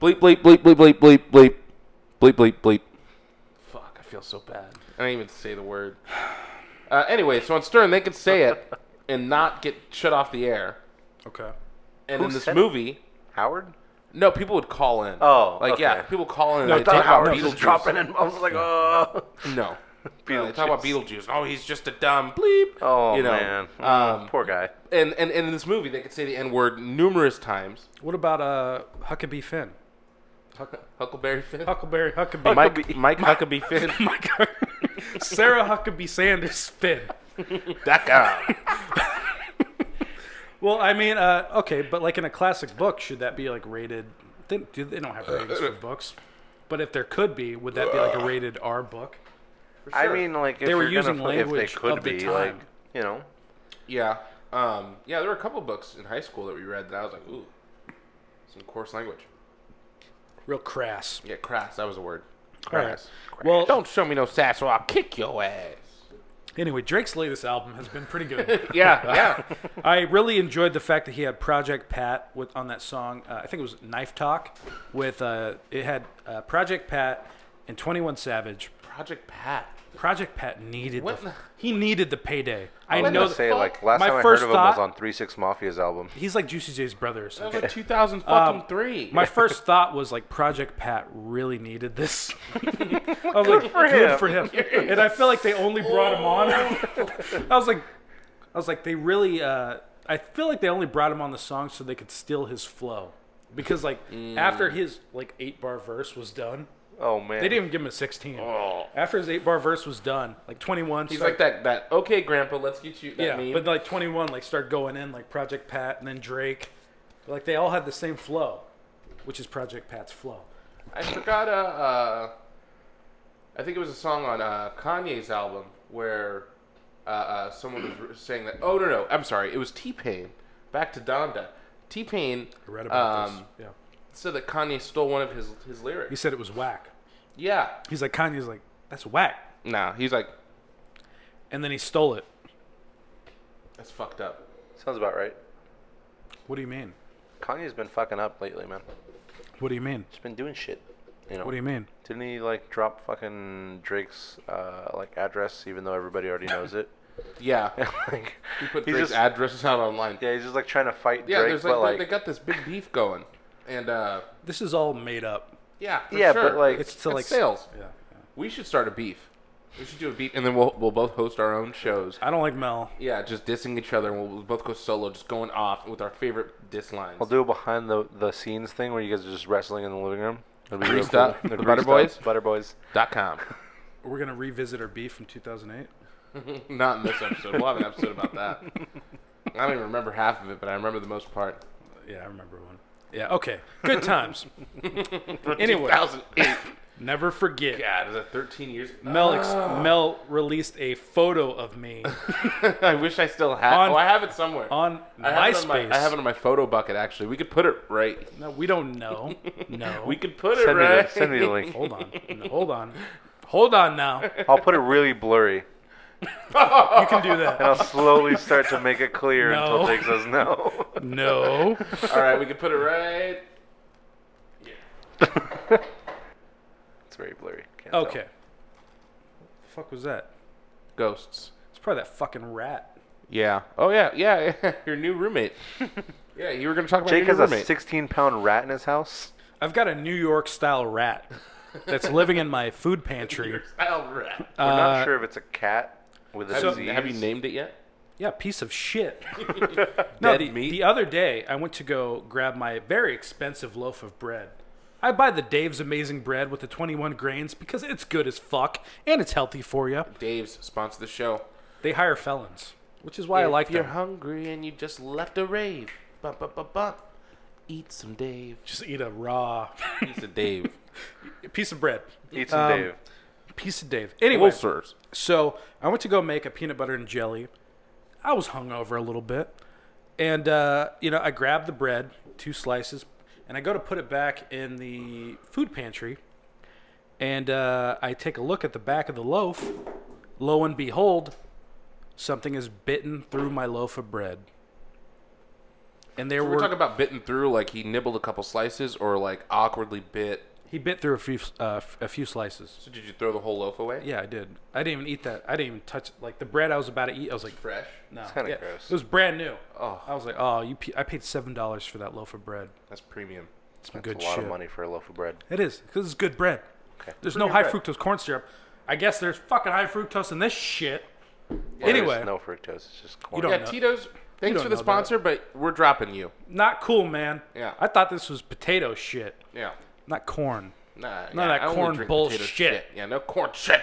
A: Bleep, bleep, bleep, bleep, bleep, bleep, bleep. Bleep, bleep, bleep. Fuck, I feel so bad. I don't even say the word. Uh, anyway, so on Stern, they could say it and not get shut off the air.
B: Okay.
A: And
C: Who
A: in this
C: said it?
A: movie,
C: Howard?
A: no, people would call in.
C: Oh,
A: like yeah,
C: okay.
A: people call in. and
B: No,
A: they
B: Doug
A: talk about
B: Howard
A: Beetlejuice.
C: Just dropping in. I was like, oh.
A: No, No, they talk about Beetlejuice. Oh, he's just a dumb bleep.
C: Oh,
A: you know,
C: man.
A: Um,
C: Poor guy.
A: and, and and in this movie, they could say the n word numerous times.
B: What about uh Huckabee Finn?
A: Huck- Huckleberry Finn.
B: Huckleberry Huckabee.
A: Mike
C: Huckabee.
A: Mike Huckabee Finn.
B: Mike. Sarah Huckabee Sanders Finn.
A: that guy.
B: Well, I mean, uh, okay, but like in a classic book, should that be like rated? They, do- they don't have ratings for books, but if there could be, would that be like a rated R book?
C: I mean, like, if
B: They were
C: you're gonna
B: using
C: put-
B: language
C: if they could
B: of the
C: be,
B: time.
C: like, you know.
A: Yeah. Um, yeah, there were a couple books in high school that we read that I was like, ooh, some coarse language.
B: Real crass.
A: Yeah, crass. That was a word.
B: All right.
A: Crass.
B: Well,
A: Don't show me no sass or I'll kick your ass.
B: anyway, Drake's latest album has been pretty good.
A: Yeah, yeah.
B: I really enjoyed the fact that he had Project Pat with on that song. Uh, I think it was Knife Talk. With uh, it had uh, Project Pat and Twenty One Savage.
A: Project Pat.
B: Project Pat needed
A: What
B: the,
A: the-
B: he needed the payday. I,
C: I was
B: know.
C: gonna
A: the
B: that-
C: say,
A: fuck-
C: like, last
B: my
C: time I heard
B: first
C: of him was
B: thought-
C: on 3 Six Mafia's album.
B: he's like Juicy J's brother. Or something.
A: That was like
B: Um,
A: 2003.
B: My first thought was like Project Pat really needed this. I was like,
C: for
B: good
C: him."
B: for him. And I felt like they only brought him on. I was like, I was like, they really. Uh, I feel like they only brought him on the song so they could steal his flow, because like
A: Mm.
B: after his like eight bar verse was done,
C: Oh, man.
B: they didn't even give him a sixteen.
A: Oh.
B: After his eight bar verse was done, like twenty one.
A: He's like that, that, okay, Grandpa, let's get you that
B: Yeah,
A: meme.
B: but like 21, like start going in like Project Pat and then Drake, like they all had the same flow, which is Project Pat's flow.
A: I forgot. Uh, uh, I think it was a song on uh, Kanye's album where uh, uh, someone was r- saying that. Oh no, no, I'm sorry. It was T Pain. Back to Donda. T Pain.
B: I read about this. Yeah,
A: Said that Kanye stole one of his his
B: he
A: lyrics.
B: said it was whack.
A: Yeah.
B: He's like Kanye's like that's whack,
A: Nah. He's like,
B: and then he stole it.
A: that's fucked up.
C: Sounds about right.
B: What do you mean?
C: Kanye's been fucking up lately, man.
B: What do you mean?
C: He's been doing shit. You know.
B: What do you mean?
C: Didn't he like drop fucking Drake's uh, like address, even though everybody already knows it?
A: Yeah.
C: like,
A: He put
C: he's
A: Drake's
C: just,
A: addresses out online. Yeah.
C: yeah, he's just like trying to fight Drake,
A: there's like,
C: but
A: they, they
C: like,
A: got this big beef going, and uh,
B: This is all made up.
A: yeah. For
C: yeah,
A: sure.
C: but like,
B: It's to
A: It's
B: like
A: sales.
B: Yeah.
A: We should start a beef. We should do a beef, and then we'll we'll both host our own shows.
B: I don't like Mel.
A: Yeah, just dissing each other, and we'll both go solo, just going off with our favorite diss lines.
C: I'll do a behind the the scenes thing where you guys are just wrestling in the living room. It'll be
A: Greased up,
C: The
A: the Butter Boys?
C: Butter Boys.
A: Dot com.
B: We're gonna revisit our beef from 2008.
A: Not in this episode. We'll have an episode about that. I don't even remember half of it, but I remember the most part.
B: Yeah, I remember one. Yeah. Okay. Good times. anyway,
A: 2008.
B: never forget.
A: God, is that 13 years?
B: Mel ex- Mel released a photo of me
A: I wish I still had.
B: On-
A: oh, I have it somewhere.
B: on
A: I have, it on
B: MySpace.
A: my, I have it on my photo bucket. Actually, we could put it right.
B: No, we don't know. No.
A: We could put it
C: Send me, the,
A: right.
C: send me the link.
B: hold on. No, hold on. Hold on now. You
C: I'll put it really blurry,
B: can do that.
C: and I'll slowly start to make it clear
B: No.
C: until Jake says no.
B: No.
A: All right, we could put it right.
C: it's very blurry. Can't tell.
B: Okay. The fuck was that?
A: Ghosts.
B: It's probably that fucking rat.
A: Yeah. Oh yeah. Yeah. yeah. Your new roommate. yeah, you were gonna talk about
C: Jake
A: your
C: has
A: new
C: a
A: roommate.
C: 16 pound rat in his house.
B: I've got a New York style rat that's living in my food pantry.
A: Style rat.
C: We're not
B: Uh,
C: sure if it's a cat with a
A: Have you-
C: disease.
A: have you named it yet?
B: Yeah, piece of shit. no,
A: Dead
B: the,
A: meat?
B: the other day I went to go grab my very expensive loaf of bread. I buy the Dave's Amazing Bread with the 21 grains because it's good as fuck and it's healthy for you.
A: Dave's sponsor the show.
B: They hire felons, which is why I
A: If
B: like
A: you're
B: them.
A: hungry and you just left a rave. Bump, bump, bump, bump. Eat some Dave.
B: Just eat a raw
A: Eat some Dave.
B: piece of bread.
C: Eat some
B: Um,
C: Dave.
B: Piece of Dave. Anyway,
A: Will serves.
B: So I went to go make a peanut butter and jelly. I was hungover a little bit, and uh, you know I grabbed the bread, two slices, and I go to put it back in the food pantry, and uh, I take a look at the back of the loaf. Lo and behold, something is bitten through my loaf of bread. And there
A: We're
B: were
A: talking about bitten through, like he nibbled a couple slices, or like awkwardly bit.
B: he bit through a few uh, a few slices.
A: So did you throw the whole loaf away?
B: Yeah, I did. I didn't even eat that. I didn't even touch like the bread I was about to eat. I was like,
A: Fresh.
B: No,
C: kinda gross.
B: It was brand new.
A: Oh.
B: I was like, oh, you. Pe- I paid seven dollars for that loaf of bread.
A: That's premium.
B: It's some good
C: That's a lot
B: shit.
C: of money for a loaf of bread.
B: It is because it's good bread.
C: Okay.
B: There's no
A: Pretty
B: high
A: good
B: fructose corn syrup. I guess there's fucking high fructose in this shit.
C: There's
B: anyway,
C: no fructose. It's just corn.
B: don't-
A: Yeah,
B: know.
A: Tito's. Thanks
B: Oh, don't
A: for the
B: know that.
A: sponsor, but we're dropping you.
B: not cool, man.
A: Yeah.
B: I thought this was potato shit,
A: Yeah.
B: not corn.
A: Nah,
B: None of
A: yeah,
B: that
A: I only
B: corn
A: drink
B: bullshit.
A: potato shit. Yeah, no corn shit.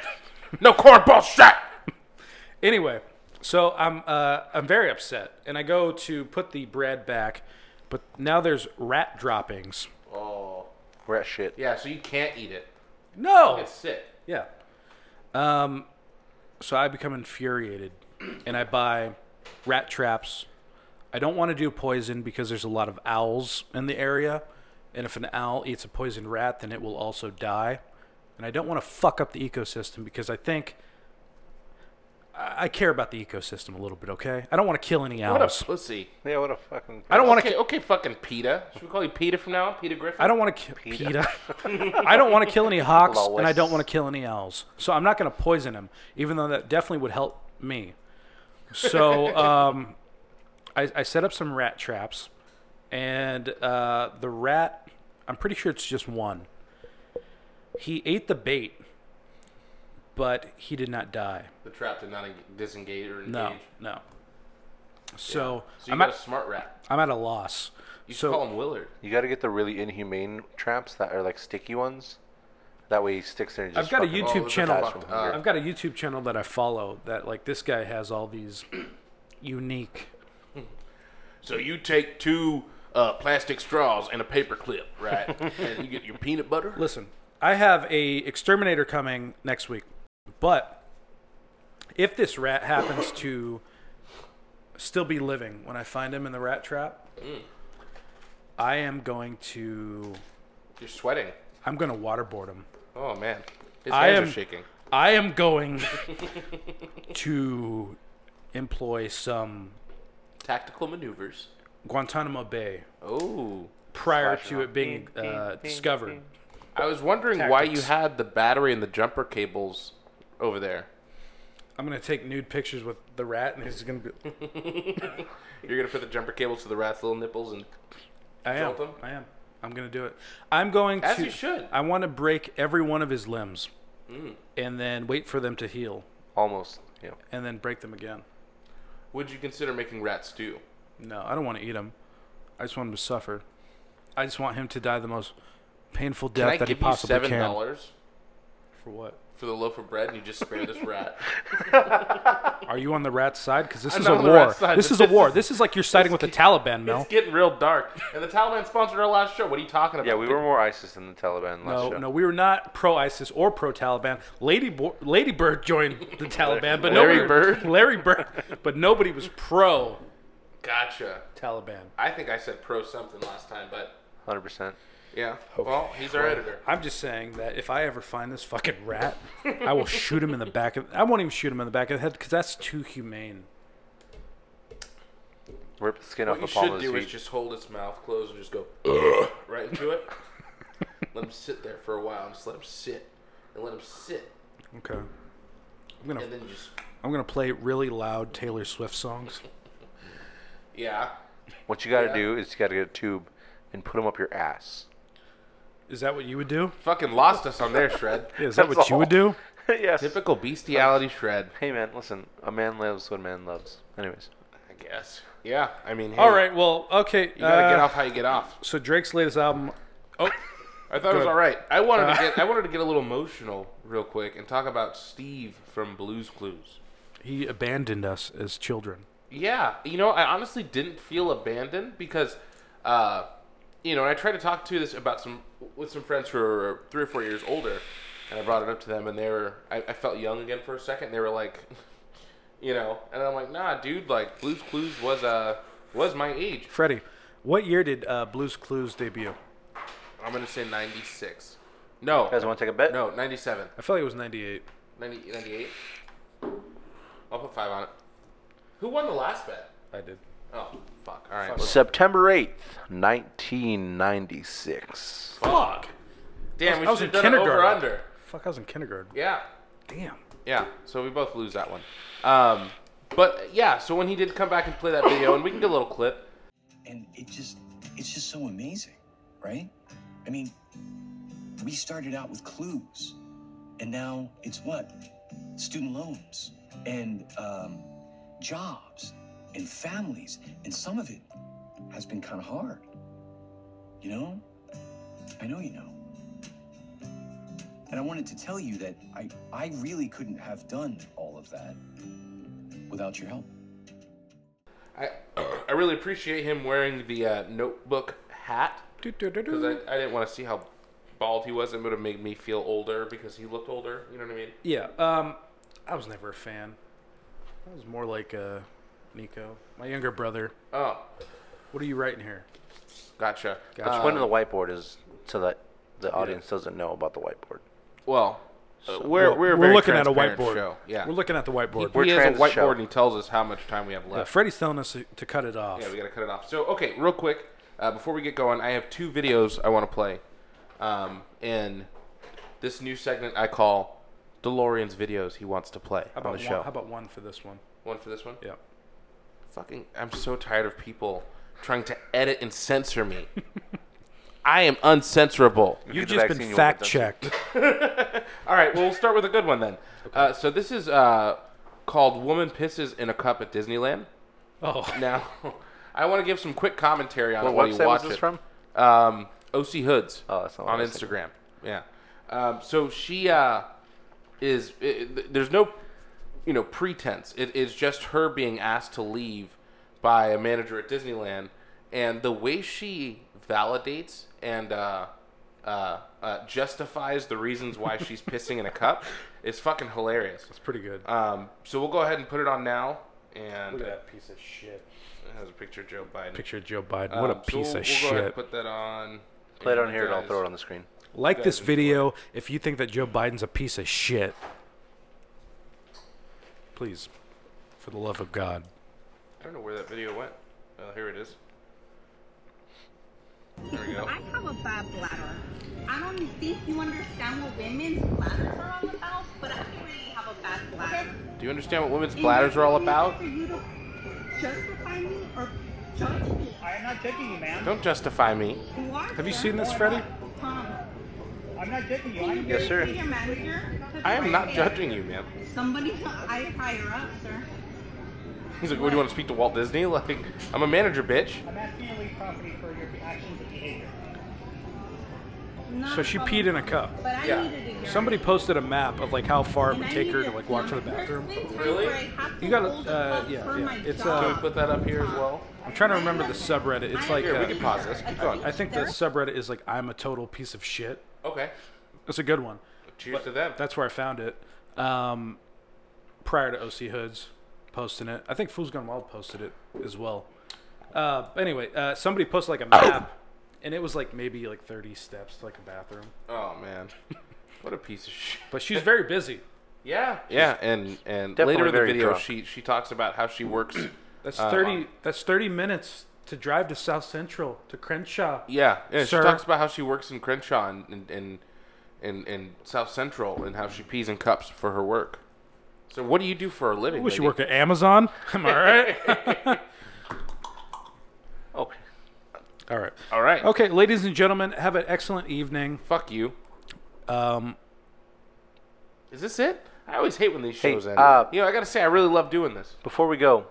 A: No corn bullshit.
B: Anyway, so I'm uh, I'm very upset, and I go to put the bread back, but now there's rat droppings.
A: Oh.
C: Rat shit.
A: Yeah, so you can't eat it.
B: No.
A: It's sick.
B: Yeah. Um, so I become infuriated, and I buy rat traps. I don't want to do poison because there's a lot of owls in the area, and if an owl eats a poisoned rat, then it will also die. And I don't want to fuck up the ecosystem because I think I I care about the ecosystem a little bit. Okay, I don't want to kill any
A: What a
B: owls.
A: pussy.
C: Yeah, what a fucking.
B: I don't want to.
A: Okay, okay, fucking PETA. Should we call you PETA from now on? PETA Griffin?
B: I don't want to kill Peter. I don't want to kill any hawks, and I
C: Lois.
B: don't want to kill any owls. So I'm not going to poison him, even though that definitely would help me. So um, I, I set up some rat traps, and uh, the rat, I'm pretty sure it's just one. He ate the bait, but he did not die.
A: The trap did not en- disengage or engage.
B: No, no. So,
A: So you
B: I'm,
A: got
B: at,
A: a smart rat.
B: I'm at a loss.
A: You should
B: so
A: call him Willard.
C: You got to get the really inhumane traps that are like sticky ones. That way he sticks there. And
B: I've
C: just
B: got a
C: fucking-
A: all
B: YouTube
A: Oh, the Uh,
B: channel.
A: fucked up.
B: I've got a YouTube channel that I follow that like this guy has all these unique.
A: So you take two uh, plastic straws and a paper clip, right? and you get your peanut butter.
B: Listen, I have a exterminator coming next week. But if this rat happens to still be living when I find him in the rat trap, I am going to
A: You're sweating.
B: I'm going to waterboard him.
A: Oh man, his hands
B: I
A: are
B: am-
A: shaking.
B: I am going to employ some
A: Tactical maneuvers.
B: Guantanamo Bay
A: Oh,
B: prior
C: Splash it
B: to
C: up.
B: it being uh, discovered.
A: I was wondering why you
B: Tactics.
A: had the battery and the jumper cables over there.
B: I'm gonna take nude pictures with the rat, and he's gonna be.
A: You're gonna put the jumper cables to the rat's little nipples, and
B: I am.
A: Jolt him?
B: I am. I'm gonna do it. I'm going
A: As
B: to.
A: you should. Mm.
B: I want to break every one of his limbs, and then wait for them to heal,
C: Almost. Yeah.
B: and then break them again.
A: would you consider making rat stew?
B: No, I don't want to eat him. I just want him to suffer. I just want him to die the most painful
A: Can
B: death
A: I
B: that he
A: give you
B: possibly
A: seven
B: can.
A: dollars
B: For what?
A: for the loaf of bread, and you just spare this rat?
B: Are you on the rat's side? Because this
A: I'm
B: is
A: not
B: a
A: on the
B: war.
A: rat's side,
B: This
A: but
B: is a
A: this
B: war.
A: is-
B: This is like you're siding with the Taliban, Mel.
A: It's getting real dark. And the Taliban sponsored our last show. What are you talking about?
C: Yeah, we were more ISIS than the Taliban last
B: No,
C: show.
B: no, we were not pro ISIS or pro Taliban. Lady Bo- Lady Bird joined the Taliban, but
A: Larry
B: nobody,
A: Bird?
B: Larry Bird, but nobody was pro
A: Gotcha.
B: Taliban.
A: I think I said pro something last time, but
C: Hundred percent.
A: yeah. Well, he's our editor.
B: I'm just saying that if I ever find this fucking rat, I will shoot him in the back of. I won't even shoot him in the back of the head because that's too humane.
C: Rip the skin
A: What
C: off
A: you
C: the palm
A: should
C: of his
A: do is
C: feet.
A: just hold its mouth closed and just go "Ugh," right into it. let him sit there for a while and just let him sit and let him sit
B: Okay, I'm gonna
A: and then just
B: I'm gonna play really loud Taylor Swift songs.
A: yeah.
C: What you got to
A: Yeah.
C: do is you got to get a tube and put them up your ass.
B: Is that what you would do?
A: Fucking lost us on there, Shred.
B: Is that
C: That's
B: what you would do?
C: yes.
A: Typical bestiality, Shred.
C: Hey man, listen. A man lives what a man loves. Anyways,
A: I guess. Yeah. I mean. Hey,
B: All right. Well, okay.
A: You gotta get
B: uh,
A: off how you get off.
B: So Drake's latest album. Oh,
A: I thought it was
B: Good.
A: all right. I wanted
B: Uh,
A: to get I wanted to get a little emotional real quick and talk about Steve from Blues Clues.
B: He abandoned us as children.
A: Yeah, you know, I honestly didn't feel abandoned because, uh, you know, and I tried to talk to this about some with some friends who are three or four years older, and I brought it up to them, and they were I, I felt young again for a second. and They were like, you know, and I'm like, nah, dude, like Blues Clues was uh was my age.
B: Freddie, what year did uh, Blues Clues debut?
A: I'm gonna say 96. No,
C: guys want to take a bet?
A: no, 97,
B: I feel like it was 98.
A: 90, 98. I'll put five on it. Who won the last bet?
B: I did.
A: Oh, fuck. All right.
C: September 8th, 1996.
A: Fuck. Damn, we
B: I was
A: should
B: in
A: have done it over
B: kindergarten.
A: under.
B: Fuck, I was in kindergarten.
A: Yeah.
B: Damn.
A: Yeah. So we both lose that one. Um, but yeah, so when he did come back and play that video, and we can get a little clip.
E: and it just it's just so amazing right i mean we started out with clues and now it's what student loans and um, jobs and families and some of it has been kind of hard you know i know you know and i wanted to tell you that i i really couldn't have done all of that without your help
A: I I really appreciate him wearing the uh, notebook hat because I, I didn't want to see how bald he was. It would have made me feel older because he looked older. You know what I mean?
B: Yeah. Um, I was never a fan. I was more like uh, Nico, my younger brother.
A: Oh,
B: What are you writing here?
A: gotcha.
B: Gotcha.
A: Uh,
C: Point of the whiteboard is so that the audience doesn't know about the whiteboard.
A: well, uh, we're
B: Well,
A: we're, a very
B: looking at a
A: transparent
B: whiteboard.
A: Show. Yeah,
B: We're looking at the whiteboard.
C: We're
A: He has a
C: trans
A: whiteboard
C: show.
A: and he tells us how much time we have
B: Uh,
A: left.
B: Freddie's telling us to, to cut it off.
A: Yeah, we gotta cut it off. So, okay, real quick, uh, before we get going, I have two videos I want to play um, in this new segment I call DeLorean's videos he wants to play
B: how about
A: on the
B: one,
A: show.
B: How about one for this one?
A: one for this one?
B: Yeah.
A: Fucking, I'm so tired of people trying to edit and censor me. I am uncensorable.
B: You've
C: the
B: just
C: vaccine,
B: been
C: you want it,
B: fact checked.
A: All right, well, we'll start with a good one then. Uh, so this is uh, called "Woman Pisses in a Cup at Disneyland."
B: Oh,
A: Now, I want to give some quick commentary on
C: What
A: it while you
C: website
A: watch
C: was this
A: it.
C: from?
A: Um, OC Hoods
C: Oh, that's not what
A: on
C: I was thinking.
A: Instagram. Yeah. Um, so she uh, is. i i- there's no, you know, pretense. It is just her being asked to leave by a manager at Disneyland, and the way she validates and uh, uh, uh, justifies the reasons why she's pissing in a cup is fucking hilarious.
B: it's pretty good.
A: Um, so we'll go ahead and put it on now. And
B: Look at that piece of shit.
A: it has a picture of Joe Biden.
B: Picture of Joe Biden. What a
A: Um, so we'll-
B: piece of
A: We'll go ahead and
B: shit.
A: put that on.
C: Play it on here and I'll throw it on the screen.
B: Like this video if you think that Joe Biden's a piece of shit. Please, for the love of God.
A: I don't know where that video went. Oh, here it is. There we go.
F: I have a bad bladder. I don't think you understand what women's bladders are all about, but I really have a bad bladder.
A: Do you understand what women's bladders are all about?
F: For you to justify me or judge me.
G: I am not judging you, ma'am.
A: Don't justify me.
F: You are
B: Have you
F: sir.
B: seen this, Freddie?
F: Tom,
G: I'm not judging you.
F: can you
G: I'm
C: Yes, sir.
F: verify your manager? 'Cause
A: I am
F: right
A: not
F: there,
A: judging you, man.
F: Somebody I higher up, sir.
A: He's like, what, do you want to speak to Walt Disney? Like, I'm a manager, bitch.
G: I'm asking you to leave property for your actions and behavior.
F: Not
B: So she
F: problem.
B: peed in a cup.
F: But I
A: Yeah.
F: needed to hear
B: Somebody
F: it.
B: posted a map of like how far it
F: And
B: would
F: I
B: take her to
F: needed
B: like walk to the
F: number.
B: bathroom.
F: There's been times
A: Really?
F: where I have to
B: You gotta,
F: hold
B: uh,
F: up
B: yeah,
F: for
B: yeah.
F: my
B: It's, uh,
F: job.
A: Can we put that up here as well?
B: I'm trying to remember the subreddit. It's like
A: Here, we
B: uh,
A: can pause this. Keep going.
B: I think the subreddit is like I'm a total piece of shit.
A: Okay.
B: It's a good one.
A: Cheers to them.
B: That's where I found it. Um, prior to OC Hoods posting it, I think Fools Gone Wild posted it as well. Uh, anyway, uh, somebody posted like a map, and it was like maybe like 30 steps to like a bathroom.
A: Oh, man. What a piece of shit.
B: But she's very busy.
A: Yeah. Yeah, and, and
C: Definitely
A: later in the
C: very
A: video,
C: drunk.
A: she, she talks about how she works.
B: That's
A: Uh,
B: 30. That's 30 minutes to drive to South Central to Crenshaw.
A: Yeah, yeah. She
B: Sir.
A: talks about how she works in Crenshaw and and and, and, and South Central and how she pees in cups for her work. So what do you do for a living?
B: Wish you
A: lady?
B: work at Amazon. Am I right?
C: Okay.
B: All right.
A: Oh, All right.
B: Okay, ladies and gentlemen, have an excellent evening.
A: Fuck you.
B: Um,
A: Is this it? I always hate when these
C: Hey,
A: shows end.
C: uh,
A: you know, I gotta say, I really love doing this.
C: Before we go,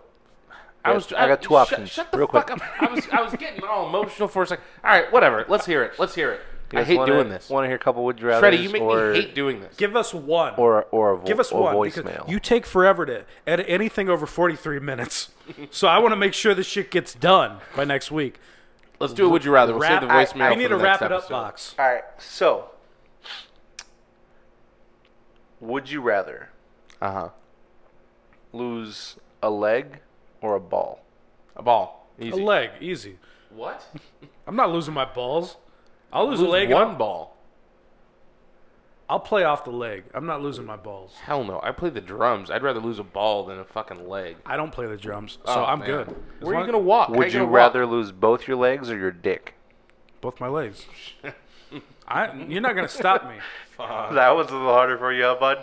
A: I was.
C: I got two
A: shut-
C: options,
A: Shut the
C: real
A: fuck
C: quick.
A: up. I was. I was getting all emotional for a second. All right, whatever. Let's hear it. Let's hear it. I hate doing this.
C: Want to hear a couple would you rather?
A: Freddie, you make
C: or,
A: me hate doing this.
B: Give us one.
C: or or a vo-
B: Give us
C: or
B: one
C: voicemail.
B: because you take forever to edit anything over 43 minutes. so I want to make sure this shit gets done by next week.
A: Let's do a would you rather. We'll
B: Wrap-
A: save the voicemail.
B: I,
A: for
B: we need
A: the
B: a wrap
A: next
B: it up
A: episode.
B: box.
C: All right, so would you rather
A: Uh huh.
C: lose a leg or a ball?
A: A ball. Easy.
B: A leg, easy.
A: What?
B: I'm not losing my balls. I'll lose,
A: Lose
B: a leg.
A: one ball.
B: I'll play off the leg. I'm not losing my balls.
A: Hell no. I play the drums. I'd rather lose a ball than a fucking leg.
B: I don't play the drums, so
A: Oh,
B: I'm
A: man.
B: good. As
A: Where are
B: long-
A: you gonna walk? How
C: Would
A: gonna
C: you
A: walk?
C: rather lose both your legs or your dick?
B: Both my legs. I, you're not gonna stop me.
C: that was a little harder for you, bud.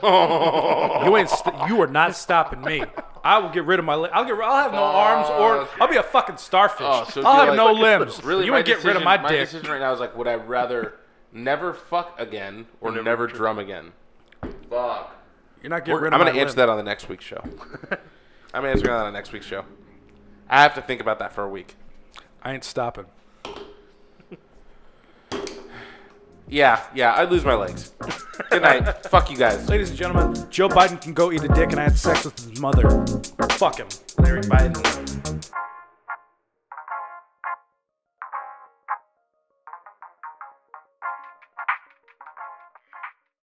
B: You ain't. St- you are not stopping me. I will get rid of my. Li- I'll get. I'll have no arms or. I'll be a fucking starfish.
A: Oh, so you're
B: I'll
A: like-
B: have Ah, no limbs.
A: Really,
B: you
A: my
B: would get rid
A: decision-
B: of my,
A: my
B: dick.
A: decision right now is like, would I rather never fuck again or never, drum again? Fuck.
B: You're not getting
A: We're-
B: rid
A: I'm
B: of
A: gonna
B: my
A: answer
B: limb.
A: that on the next week's show. I'm answering that on the next week's show. I have to think about that for a week.
B: I ain't stopping.
A: Yeah, yeah, I'd lose my legs. Good night. Fuck you guys.
B: Ladies and gentlemen, Joe Biden can go eat a dick, and I had sex with his mother. Fuck him, Larry Biden.